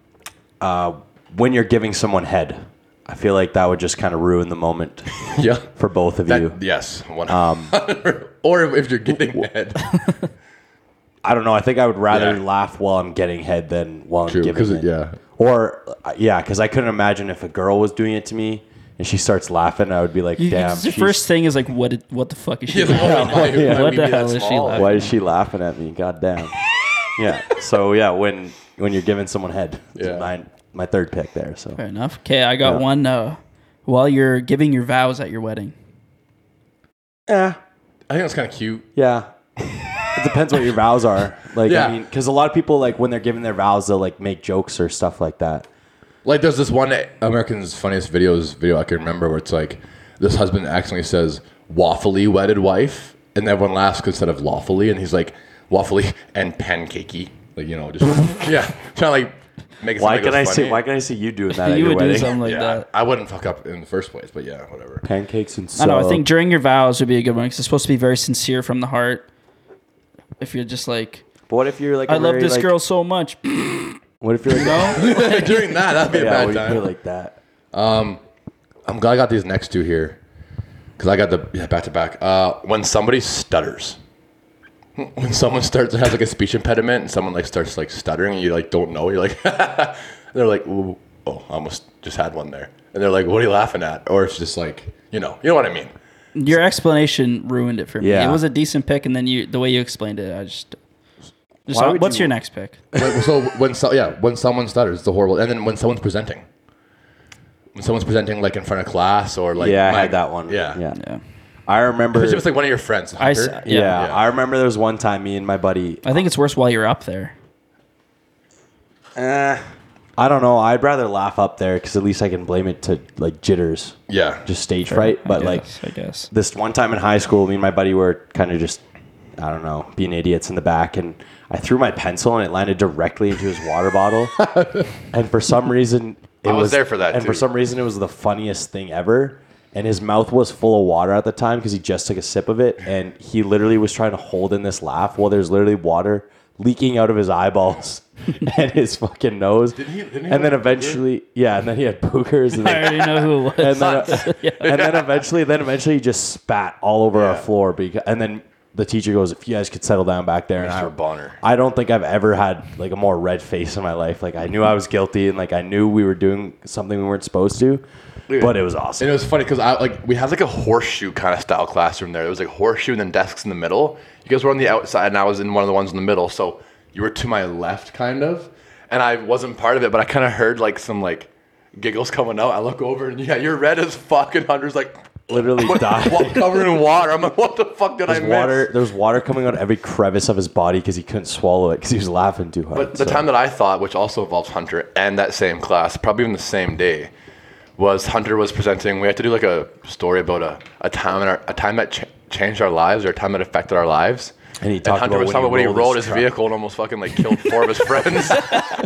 uh, when you're giving someone head, I feel like that would just kind of ruin the moment
yeah.
for both of
That-
you. Um,
yes. One. or if you're getting head.
I don't know. I think I would rather
Yeah.
laugh while I'm getting head than while I'm
True,
giving
'cause
it.
it- yeah.
Or uh, yeah, because I couldn't imagine if a girl was doing it to me and she starts laughing, I would be like,
You-
"Damn,
it's the
she's-
first thing is like, what? Did, what the fuck is she?
Yeah, like,
doing?
oh my- why
What
would
the
we be that
hell is she
small?
laughing?
why is she laughing at me? God damn." yeah. So yeah, when when you're giving someone head,
Yeah.
yeah. my my third pick there. So
Fair enough. Okay, I got one. Uh, while you're giving your vows at your wedding,
yeah,
I think that's kind of cute.
yeah. it depends what your vows are. Like
Yeah.
I mean, because a lot of people like when they're giving their vows, they'll like make jokes or stuff like that.
Like there's this one American's funniest videos video I can remember where it's like this husband accidentally says waffly wedded wife and everyone laughs 'cause instead of lawfully and he's like waffly and pancakey like you know just yeah trying to like make it
Why
sound like
can
it
I
was
see?
funny.
Why can I see you doing that at
you
your
would
wedding?
do something like
yeah
that.
I wouldn't fuck up in the first place but yeah whatever
Pancakes and
I
so.
don't know. I think during your vows would be a good one because it's supposed to be very sincere from the heart. If you're just like,
But what if you're like?
I
a
love
very,
this
like-
girl so much.
What if you're like?
during that that'd be
yeah,
a bad
what if
time
you're like that?
I'm glad I got these next two here because I got the yeah, back to back. Uh, when somebody stutters, when someone starts has like a speech impediment and someone like starts like stuttering and you like don't know, you're like, and they're like, Ooh, oh, I almost just had one there, and they're like, what are you laughing at? Or it's just like, you know, you know what I mean?
Your explanation ruined it for me.
Yeah.
It was a decent pick, and then you the way you explained it, I just. just
Why would
what's
you-
your next pick?
Like, so when so yeah, when someone stutters, it's a horrible. And then when someone's presenting, when someone's presenting like in front of class or like
yeah, I
my-
had that one.
Yeah,
yeah.
Yeah.
I remember.
It's just like one of your friends.
I s-
Hunter.
yeah,
Yeah.
I remember there was one time me and my buddy.
I think it's worse while you're up there.
Eh, I don't know. I'd rather laugh up there because at least I can blame it to like jitters,
yeah,
just stage fright. But like
I guess.
this one time in high school, me and my buddy were kind of just, I don't know, being idiots in the back, and I threw my pencil and it landed directly into his water bottle, and for some reason, it
I was there for that,
and for
too.
some reason, it was the funniest thing ever. And his mouth was full of water at the time because he just took a sip of it, and he literally was trying to hold in this laugh while there's literally water leaking out of his eyeballs and his fucking nose.
he- didn't he
and then
have a booger?
eventually, yeah, and then he had boogers. And
I
then,
already know who it was.
and then, uh, and then eventually, then eventually, he just spat all over our
Yeah.
floor. Because and then the teacher goes, "If you guys could settle down back there." And I,
Mr. Bonner.
I don't think I've ever had like a more red face in my life. Like I knew I was guilty, and like I knew we were doing something we weren't supposed to, but it was awesome.
And it was funny because I like we had like a horseshoe kind of style classroom there. There was like horseshoe and then desks in the middle. You guys were on the outside and I was in one of the ones in the middle. So you were to my left kind of. And I wasn't part of it, but I kind of heard like some like giggles coming out. I look over and yeah, you're red as fuck. And Hunter's like
Literally died.
wa- covered in water. I'm like, what the fuck did I
There's
miss?
water. There was water coming out of every crevice of his body because he couldn't swallow it because he was laughing too hard.
But the
so-
time that I thought, which also involves Hunter and that same class, probably even the same day, was Hunter was presenting. We had to do like a story about a, a time in our, a time that ch- changed our lives or a time that affected our lives.
And he talked
Hunter
about
was
when
talking about when
he
he
rolled
rolled
his
his,
truck.
vehicle and almost fucking like killed four of his friends.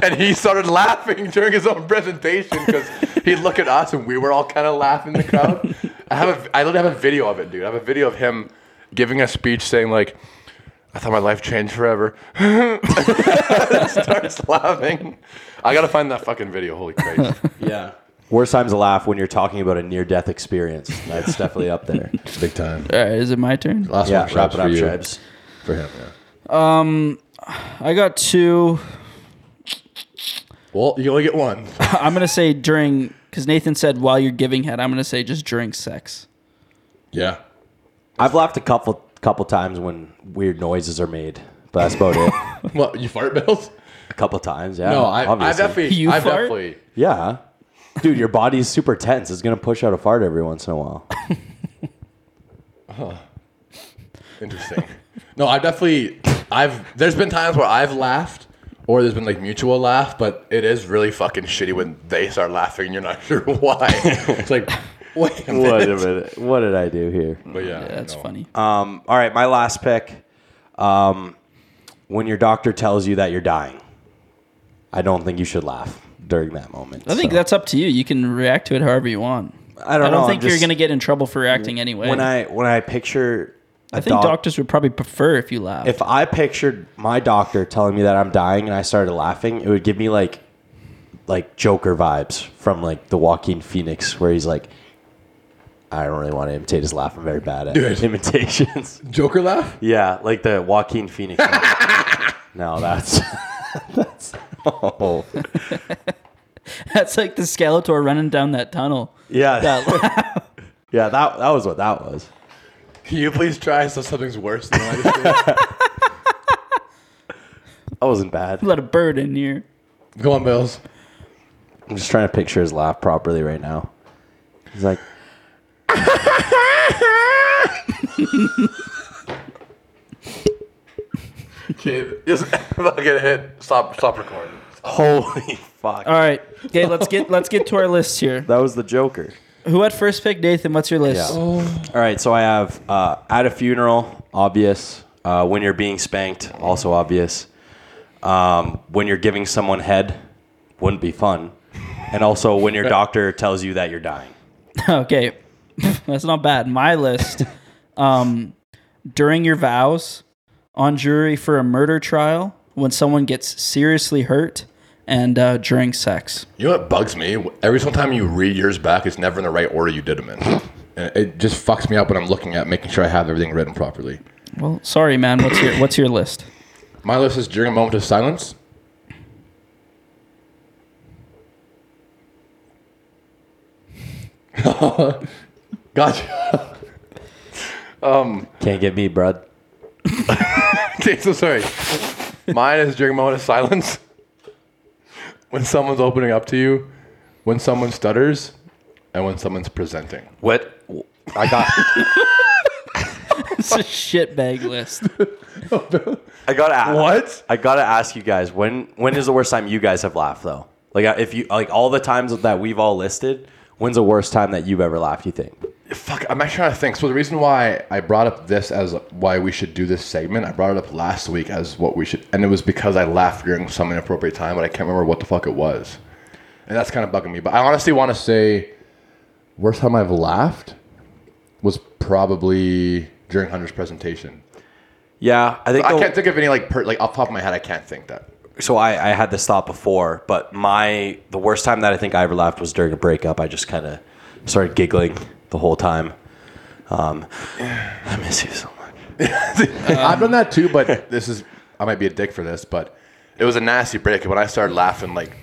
and he started laughing during his own presentation because he'd look at us and we were all kind of laughing in the crowd. I have a, I literally have a video of it, dude. I have a video of him giving a speech saying like, "I thought my life changed forever." starts laughing. I gotta find that fucking video. Holy Christ!
yeah. Worst times to laugh when you're talking about a near-death experience. That's definitely up there.
Big time.
All right, Uh, is it my turn?
Last
yeah,
one,
wrap it up,
for you.
tribes.
For him, yeah.
I got two.
Well, you only get one.
I'm gonna say during because Nathan said while you're giving head. I'm gonna say just during sex.
yeah.
I've laughed a couple couple times when weird noises are made, but that's about it.
What you fart bells?
A couple times, yeah.
No, I, I
obviously.
definitely.
You
I
fart?
definitely.
Yeah, dude, your body's super tense. It's gonna push out a fart every once in a while.
Interesting. no, I definitely. I've there's been times where I've laughed or there's been like mutual laugh, but it is really fucking shitty when they start laughing and you're not sure why. it's like wait a minute.
What a minute. What did I do here?
But yeah,
That's
no.
funny.
Um, all right, my last pick. Um, when your doctor tells you that you're dying, I don't think you should laugh during that moment.
I think
So,
that's up to you. You can react to it however you want.
I don't, know,
I don't
I'm
think you're
just-
going to get in trouble for reacting anyway.
When I when I picture, a
I think
doc-
doctors would probably prefer if you laugh.
If I pictured my doctor telling me that I'm dying and I started laughing, it would give me like, like Joker vibes from like the Joaquin Phoenix, where he's like, "I don't really want to imitate his laugh. I'm very bad at
Dude.
imitations."
Joker laugh?
Yeah, like the Joaquin Phoenix. one. no, that's that's oh
That's like the Skeletor running down that tunnel.
yeah
That
yeah that that was what that was.
Can you please try so something's worse than what I just
That wasn't bad.
let a bird in here.
did? Go on, Bills.
I'm just trying to picture his laugh properly right now. He's like,
Okay, just fucking hit stop stop recording.
holy fuck,
All right. Okay, let's get let's get to our list here.
that was the Joker.
Who had first pick, Nathan? What's your list?
Yeah. All right, so I have uh, at a funeral, obvious. Uh, when you're being spanked, also obvious. Um, when you're giving someone head, wouldn't be fun. And also when your doctor tells you that you're dying.
okay, that's not bad. My list: um, during your vows, on jury for a murder trial, when someone gets seriously hurt, and uh, during sex.
You know what bugs me? Every single time you read yours back, it's never in the right order you did them in. And it just fucks me up when I'm looking at making sure I have everything written properly.
Well, sorry, man. What's your what's your list?
My list is during a moment of silence. gotcha.
Can't get me, bud.
Okay, so sorry. Mine is during a moment of silence. When someone's opening up to you, when someone stutters, and when someone's presenting.
What? I got
It's a shitbag list.
I got to ask.
What?
I got to ask you guys when when is the worst time you guys have laughed though? Like I- if you like all the times that we've all listed, when's the worst time that you've ever laughed, you think?
Fuck, I'm actually trying to think. So the reason why I brought up this as why we should do this segment, I brought it up last week as what we should, and it was because I laughed during some inappropriate time, but I can't remember what the fuck it was, and that's kind of bugging me. But I honestly want to say, worst time I've laughed was probably during Hunter's presentation.
Yeah, I think
I
the-
can't think of any like per, like off the top of my head. I can't think that.
so I, I had this thought before, but my the worst time that I think I ever laughed was during a breakup. I just kind of started giggling the whole time. Um, I miss you so much.
I've done that too, but this is I might be a dick for this, but it was a nasty break when I started laughing like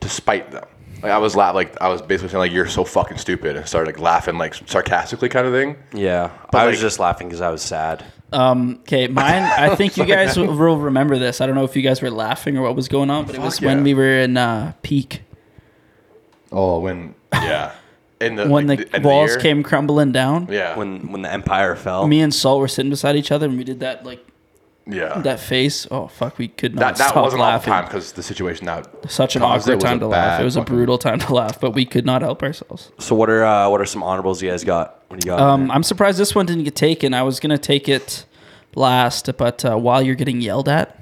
to spite them. Like I was laugh like I was basically saying like you're so fucking stupid and started like laughing like sarcastically kind of thing.
Yeah,
But
I
like-
was just laughing because I was sad.
Okay, mine. I think you guys will will remember this. I don't know if you guys were laughing or what was going on, but it was
yeah.
when we were in uh, peak
Oh, when yeah, in the
when
like,
the,
end of
walls
year.
came crumbling down.
Yeah,
When when the empire fell,
Me and Salt were sitting beside each other, and we did that like
yeah, that
that face. Oh fuck, we could not
that,
stop
wasn't all the
laughing.
time because the situation that
Such an
Cause it
awkward
was a
time to laugh.
bad
It was a
fucking-
brutal time to laugh, but we could not help ourselves.
so what are uh, what are some honorables you guys got? What do you got?
Um, I'm surprised this one didn't get taken. I was gonna take it last, but uh, while you're getting yelled at,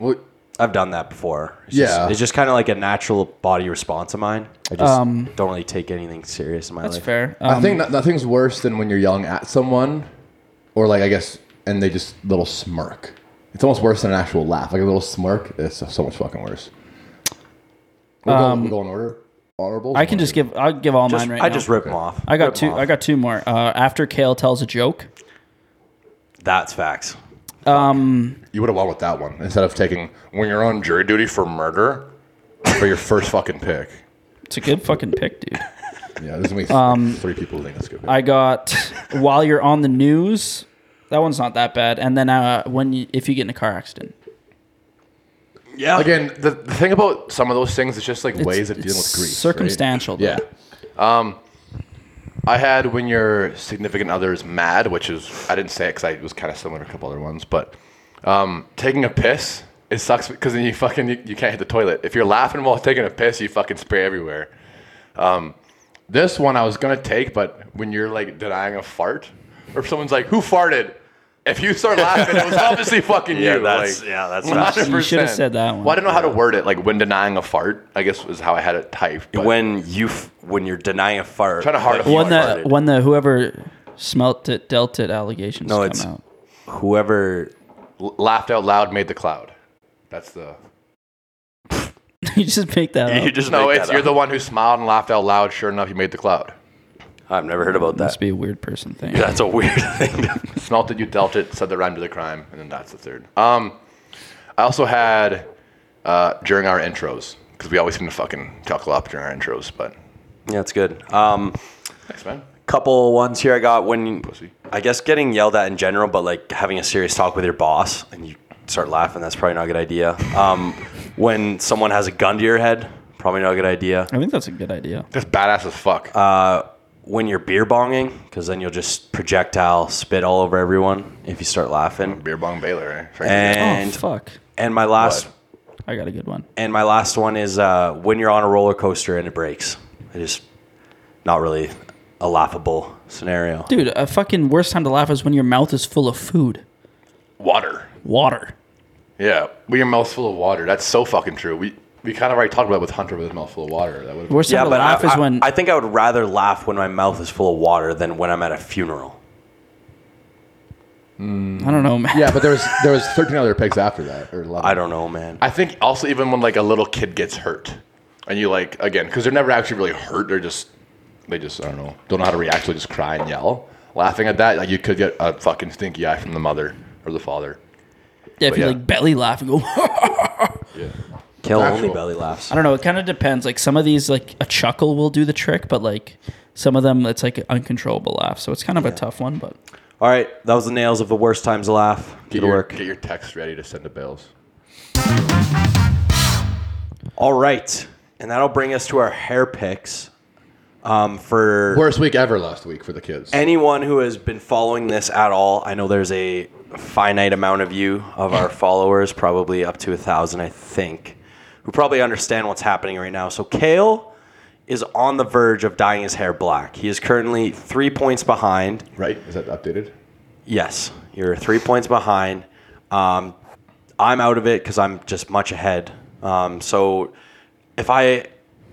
well,
I've done that before. It's
Yeah.
just, it's just kind of like a natural body response of mine. I just don't really take anything serious in my
Um, that's
life.
fair.
I
Um,
think no- nothing's worse than when you're yelling at someone, or like I guess, and they just little smirk. It's almost worse than an actual laugh. Like a little smirk, it's so, so much fucking worse. We'll, go, we'll go in order. Honorable.
Um, I can just give. I'll give all
Just-
mine right
I
now.
just rip them off.
I got
Rip 'em
two.
off.
I got two more. Uh, after Kale tells a joke,
That's facts.
You would have won with that one instead of taking when you're on jury duty for murder for your first fucking pick.
it's a good fucking pick, dude.
Yeah, there's gonna be three people who think that's good.
Um, I got while you're on the news. That one's not that bad. And then uh, when you, if you get in a car accident,
Yeah.
Again, the, the thing about some of those things is just like ways of
it's
dealing with grief. right?
circumstantial, though.
Yeah. Um, I had when your significant other is mad, which is I didn't say it because I was kind of similar to a couple other ones, but um, taking a piss, it sucks because then you fucking you, you can't hit the toilet. If you're laughing while taking a piss, you fucking spray everywhere. Um, this one I was gonna take, but when you're like denying a fart, or if someone's like, "Who farted?" If you start laughing, it was obviously fucking
Yeah,
you.
that's-
like,
yeah, that's
100%.
You should've said that one.
Well, I don't know how to word it. Like when denying a fart, I guess was how I had it typed. but-
when you f- when you're denying a fart.
Trying to hard
like,
a
you
When the
farted.
when the whoever smelt it dealt it allegations
No,
come
it's-
out.
whoever
L- laughed out loud, made the cloud. That's the
you just make that up.
you just
no.
make
It's
that
you're
up.
the one who smiled and laughed out loud. Sure enough, you made the cloud.
I've never heard about that.
must be a weird person thing.
That's a weird thing. To,
Smelt it, you dealt it. Said the rhyme to the crime, and then that's the third. Um, I also had uh, during our intros because we always seem to fucking chuckle up during our intros. But
yeah, it's good. Um,
thanks, man.
couple ones here I got when
Pussy.
I guess getting yelled at in general, but like having a serious talk with your boss and you start laughing, that's probably not a good idea. Um, when someone has a gun to your head, probably not a good idea.
I think that's a good idea. Oh,
That's badass as fuck.
When you're beer bonging, because then you'll just projectile spit all over everyone if you start laughing.
Beer bong Baylor. Eh?
And
oh fuck!
and my last
What?
I got a good one.
and my last one is uh, when you're on a roller coaster and it breaks. It is not really a laughable scenario.
Dude, a fucking worst time to laugh is when your mouth is full of food,
water.
water.
Yeah, we are mouths full of water. That's so fucking true. We we kind of already talked about it with Hunter with his mouth full of water. That would
Worst time to laugh
I,
is
I-
when
I think I would rather laugh when my mouth is full of water than when I'm at a funeral.
I don't know, man.
yeah, but there was there was 13 other picks after that or 11.
I don't know, man.
I think also even when like a little kid gets hurt, and you like again because they're never actually really hurt. They're just they just I don't know don't know how to react. So they just cry and yell. Laughing at that, like you could get a fucking stinky eye from the mother or the father.
Yeah, if you
yeah.
like belly laugh and go.
Yeah.
Kill only
Actual-
belly laughs.
I don't know. It kind of depends. Like some of these, like a chuckle will do the trick, but like some of them, it's like an uncontrollable laugh. So it's kind of a tough one. But
All right, that was the nails of the worst times to laugh.
Get
Good
your,
work.
get your text ready to send to Bales.
All right, and that'll bring us to our hair picks. Um, for
Worst week ever last week for the kids.
anyone who has been following this at all, I know there's a finite amount of you, of our followers, probably up to a thousand, I think, who probably understand what's happening right now. So Kale is on the verge of dyeing his hair black. He is currently three points behind.
right? Is that updated?
Yes, you're three points behind. Um, I'm out of it because I'm just much ahead. Um, so if I,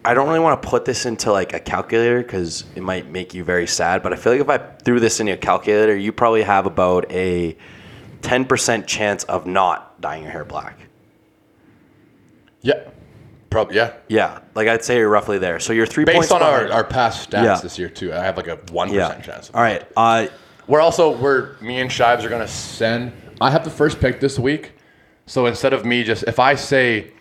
I don't really want to put this into like a calculator because it might make you very sad. But I feel like if I threw this into a calculator, you probably have about a 10% chance of not dyeing your hair black.
Yeah. Probably. Yeah.
Yeah, like I'd say you're roughly there. So you're three points
Based on our,
behind.
our past stats
Yeah.
this year too, I have like a one
yeah.
chance.
All right. Uh,
We're also we're me and Shives are gonna send. I have the first pick this week, so instead of me just if I say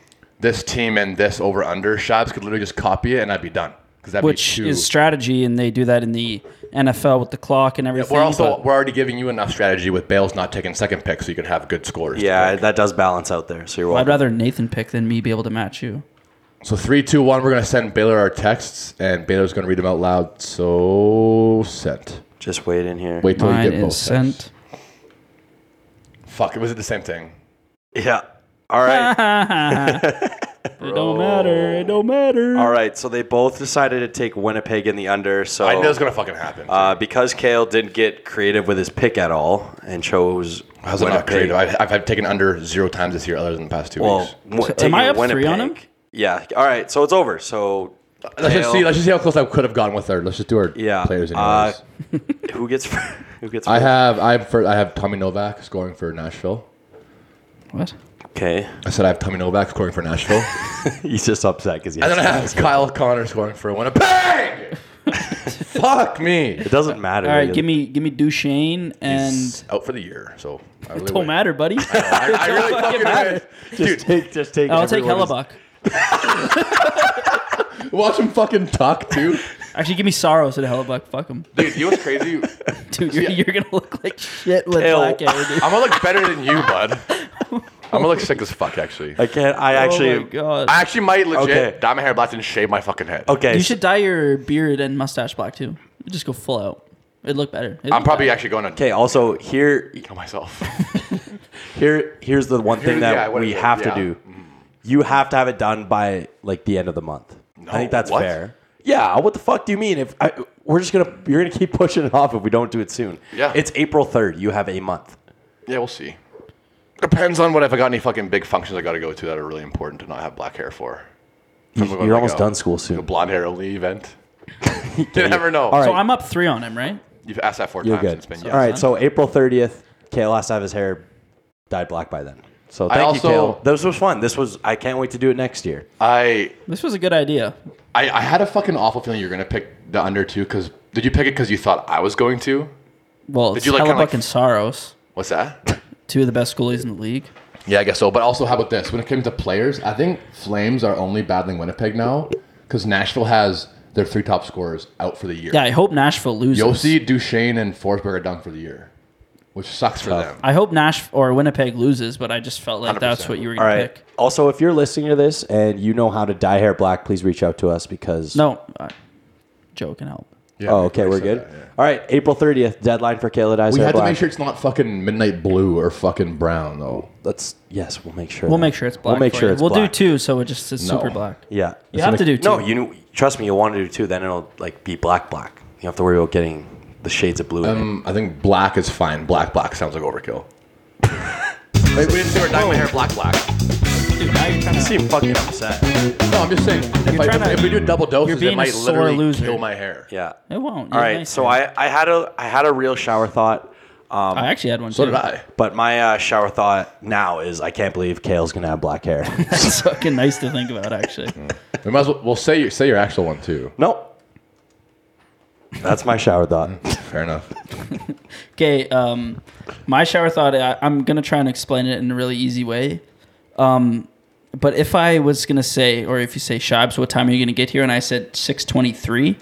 this team and this over under, Shives could literally just copy it and I'd be done because that'd
which
be two.
is strategy, and they do that in the NFL with the clock and everything.
we're also
but-
we're already giving you enough strategy with Bales not taking second pick, so you could have good scores. to
yeah,
pick.
that does balance out there. So you're
I'd
welcome.
rather Nathan pick than me be able to match you.
So three, two, one. We're gonna send Baylor our texts, and Baylor's gonna read them out loud. So sent.
Just wait in here.
Wait till you
Mine
get both.
is
Texts.
sent.
Fuck. Was it the same thing?
Yeah. All right.
It don't matter. It don't matter.
All right, so they both decided to take Winnipeg in the under. So
I knew it was gonna fucking happen.
uh, because Kale didn't get creative with his pick at all and chose
How's it not creative? I, I've, I've taken under zero times this year, other than the past two
Well,
weeks.
w-
am I
taking
up three on him?
Yeah. All right, so it's over. So
Let's just
Kale-
see. Let's just see how close I could have gotten with her. Let's just do our
Yeah,
players anyways.
uh, who gets who gets
I
first?
have I have for, I have Tommy Novak scoring for Nashville.
What?
okay.
I said I have Tommy Novak scoring for Nashville,
He's just upset because he
and
has
then I have Kyle Connor scoring for Winnipeg. Fuck me.
it doesn't matter.
All right, give me give me Duchesne and
He's out for the year, so I really
don't
wish-
matter, buddy.
I, I really fucking matter.
just take just take.
Oh, I'll take
everyone
Hellebuck.
Watch him fucking talk too.
Actually, give me Sorrows and Hellebuck. Fuck him,
Dude, you know what's crazy?
dude. You're,
Yeah.
you're gonna look like shit with
Hell.
black hair, dude.
I'm gonna look better than you, bud. I'm gonna look sick as fuck, actually.
I can't. I
oh my
actually.
god.
I actually might legit
Okay.
dye my hair black and shave my fucking head.
okay.
you should dye your beard and mustache black too. Just go full out. It'd look better. It'd
I'm
look
probably
better.
actually going to
Okay. Also, here
kill myself.
Here, here's the one thing
Here- yeah,
that
what
we
is it?
have
Yeah. Mm-hmm.
to do. You have to have it done by like the end of the month. I think that's
what?
fair. Yeah. What the fuck do you mean? If I, we're just gonna, you're gonna keep pushing it off if we don't do it soon.
Yeah.
It's April third. You have a month.
Yeah, we'll see. Depends on what if I got any fucking big functions I got to go to that are really important to not have black hair for.
You,
Something
are
like
almost
a-
done school
A
soon.
blonde hair only event. you never know.
All right.
So I'm up three on him, right?
You've asked that 4
You're
times.
good.
and It's been
All
yes.
right. So April thirtieth, Kale has to have his hair dyed black by then. So
I
thank
also-
you, Kale. This was fun. This was. I can't wait to do it next year.
I,
This was a good idea.
I I had a fucking awful feeling you were gonna pick the under two because did you pick it because you thought I was going to?
Well, it's
you, like, kinda,
Hellebuck
like-
and Soros,
What's that?
two of the best goalies in the league.
yeah, I guess so. But also, how about this? When it came to players, I think Flames are only battling Winnipeg now because Nashville has their three top scorers out for the year.
Yeah, I hope Nashville loses.
Yossi, Duchesne, and Forsberg are done for the year, which sucks for them.
I hope Nash or Winnipeg loses, but I just felt like that's
100%.
what you were
All
gonna
right.
pick.
Also, if you're listening to this and you know how to dye hair black, please reach out to us because.
No, uh, Joe can help.
Yeah,
oh, okay,
I
we're
said
good.
that, yeah.
All right, April 30th, deadline for Kayla dyes
We
hair
had to
black.
make sure it's not fucking midnight blue or fucking brown though.
Let's yes, we'll make sure.
We'll
that-
make sure it's black.
We'll make
for
sure
you.
it's
We'll
black.
do two, so it just is
No.
super black.
Yeah.
You have to do two.
No, you knew, trust me. You want to do two. Then it'll like be black, black. You don't have to worry about getting the shades of blue. in it.
Um, I think black is fine. Black black sounds like overkill. Wait, we didn't say we're dyeing my hair black black.
Dude, now you're trying
You seem fucking upset.
No, I'm just saying if, I,
trying to-
if we do double doses,
being
it
a
might
sore
literally
loser.
kill my hair.
Yeah.
It won't.
All right. So I, I had a I had a real shower thought,
I actually had one.
So
too.
did I.
but my uh, shower thought
Now is I can't believe Kale's gonna have black hair.
It's fucking nice to think about, actually.
We might as well, well say your say your actual one too.
nope. That's my shower thought.
Fair enough.
Okay, um, my shower thought. I, I'm gonna try and explain it in a really easy way. Um, but if I was gonna say, or if you say, Shibes, what time are you gonna get here? And I said six twenty-three,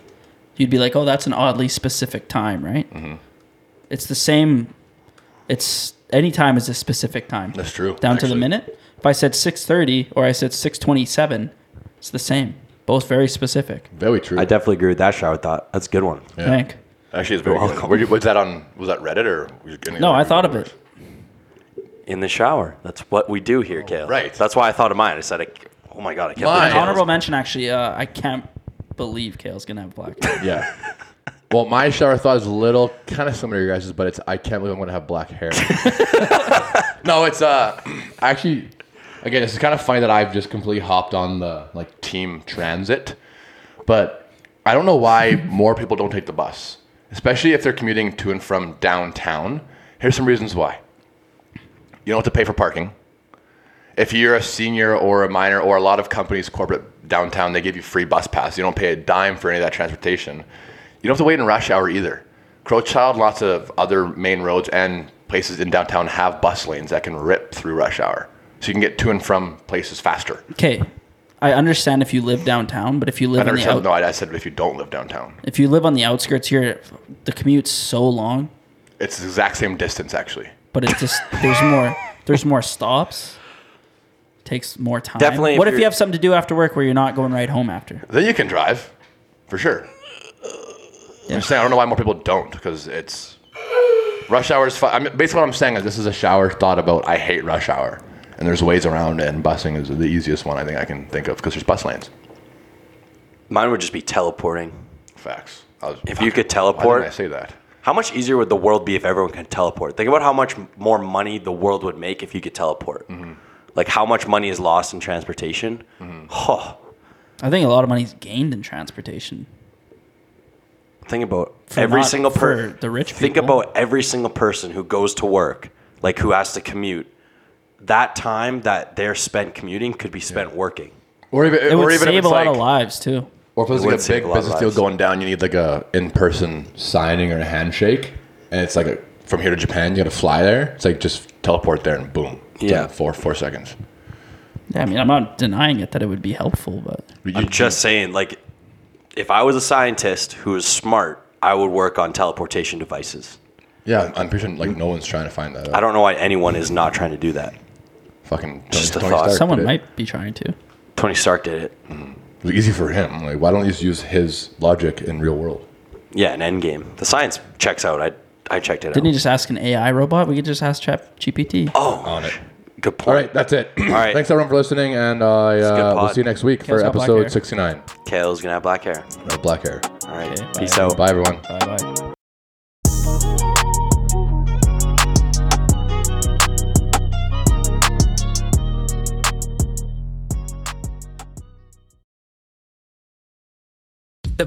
you'd be like, oh, that's an oddly specific time, right?
Mm-hmm.
It's the same. It's any time is a specific time.
That's true,
Down to the
actually.
minute. If I said six thirty or I said six twenty-seven, it's the same. Both very specific.
Very true.
I definitely agree with that shower thought. That's a good one.
I think.
Actually, it's very good. Were you, was that on was that Reddit or were you getting
No, I thought of it.
in the shower. That's what we do here, Kale.
Oh, right.
That's why I thought of mine. I said, I, oh my god, I can't.
Mine.
Believe
An
Kale's-
honorable mention, actually. Uh, I can't believe Kale's gonna have black. hair.
Yeah. Well, my shower thought is a little kind of similar to your guys', but it's I can't believe I'm gonna have black hair. no, it's uh actually again, it's kind of funny that I've just completely hopped on the like team transit, but I don't know why more people don't take the bus, especially if they're commuting to and from downtown. Here's some reasons why. You don't have to pay for parking. If you're a senior or a minor or a lot of companies corporate downtown, they give you free bus pass. You don't pay a dime for any of that transportation. You don't have to wait in rush hour either. Crowchild, lots of other main roads and places in downtown have bus lanes that can rip through rush hour. So you can get to and from places faster.
Okay, I understand if you live downtown, but if you
I
live on
never
the
said,
out-
no, I I said if you don't live downtown.
if you live on the outskirts here, the commute's so long,
It's the exact same distance, actually.
but it just there's more there's more stops. Takes more time.
Definitely if
What if, you
you're-
have something to do after work where you're not going right home after?
Then you can drive, for sure. I'm just saying, I don't know why more people don't, because it's rush hour is fun. I mean, basically, what I'm saying is this is a shower thought about I hate rush hour, and there's ways around it, and busing is the easiest one I think I can think of because there's bus lanes.
Mine would just be teleporting.
Facts. I was-
If you could
Why
teleport,
didn't I say that?
how much easier would the world be if everyone could teleport? Think about how much more money the world would make if you could teleport.
Mm-hmm.
Like how much money is lost in transportation. Huh.
I think a lot of money's gained in transportation.
Think about
For
every
not-
single
for
person.
the rich
Think
people.
about every single person who goes to work, like who has to commute. That time that they're spent commuting could be spent working.
Or even,
It
or
would
even if
save
it's
a
like,
lot of lives too.
or if it's
It would
like a
save
big
a lot of
business deal
lives.
going down, you need like a in-person signing or a handshake, and it's like a, from here to Japan, you got to fly there. It's like just teleport there and boom, It's
Yeah.
like four four seconds.
Yeah, I mean, I'm not denying it that it would be helpful, but
You-
I'm just saying, like, if I was a scientist who was smart, I would work on teleportation devices.
Yeah, I'm pretty sure like no one's trying to find that. Out.
I don't know why anyone is not trying to do that.
fucking
Just a
Tony
thought.
Stark
someone
did it.
might be trying to.
Tony Stark did it.
It was easy for him. Like, why don't you just use his logic in real world?
Yeah, an Endgame. The science checks out. I I checked it out.
Didn't
Oh,
you just ask an AI robot? We could just ask Chat GPT.
on it.
Good point.
All right, that's it. All
right.
Thanks everyone for listening, and uh,
a good
yeah, we'll
pod.
see you next week for
Kale's got black hair.
episode 69.
Kale's gonna have black hair.
No black hair.
All right.
Okay, bye.
Peace out.
Bye, everyone.
Bye bye.
The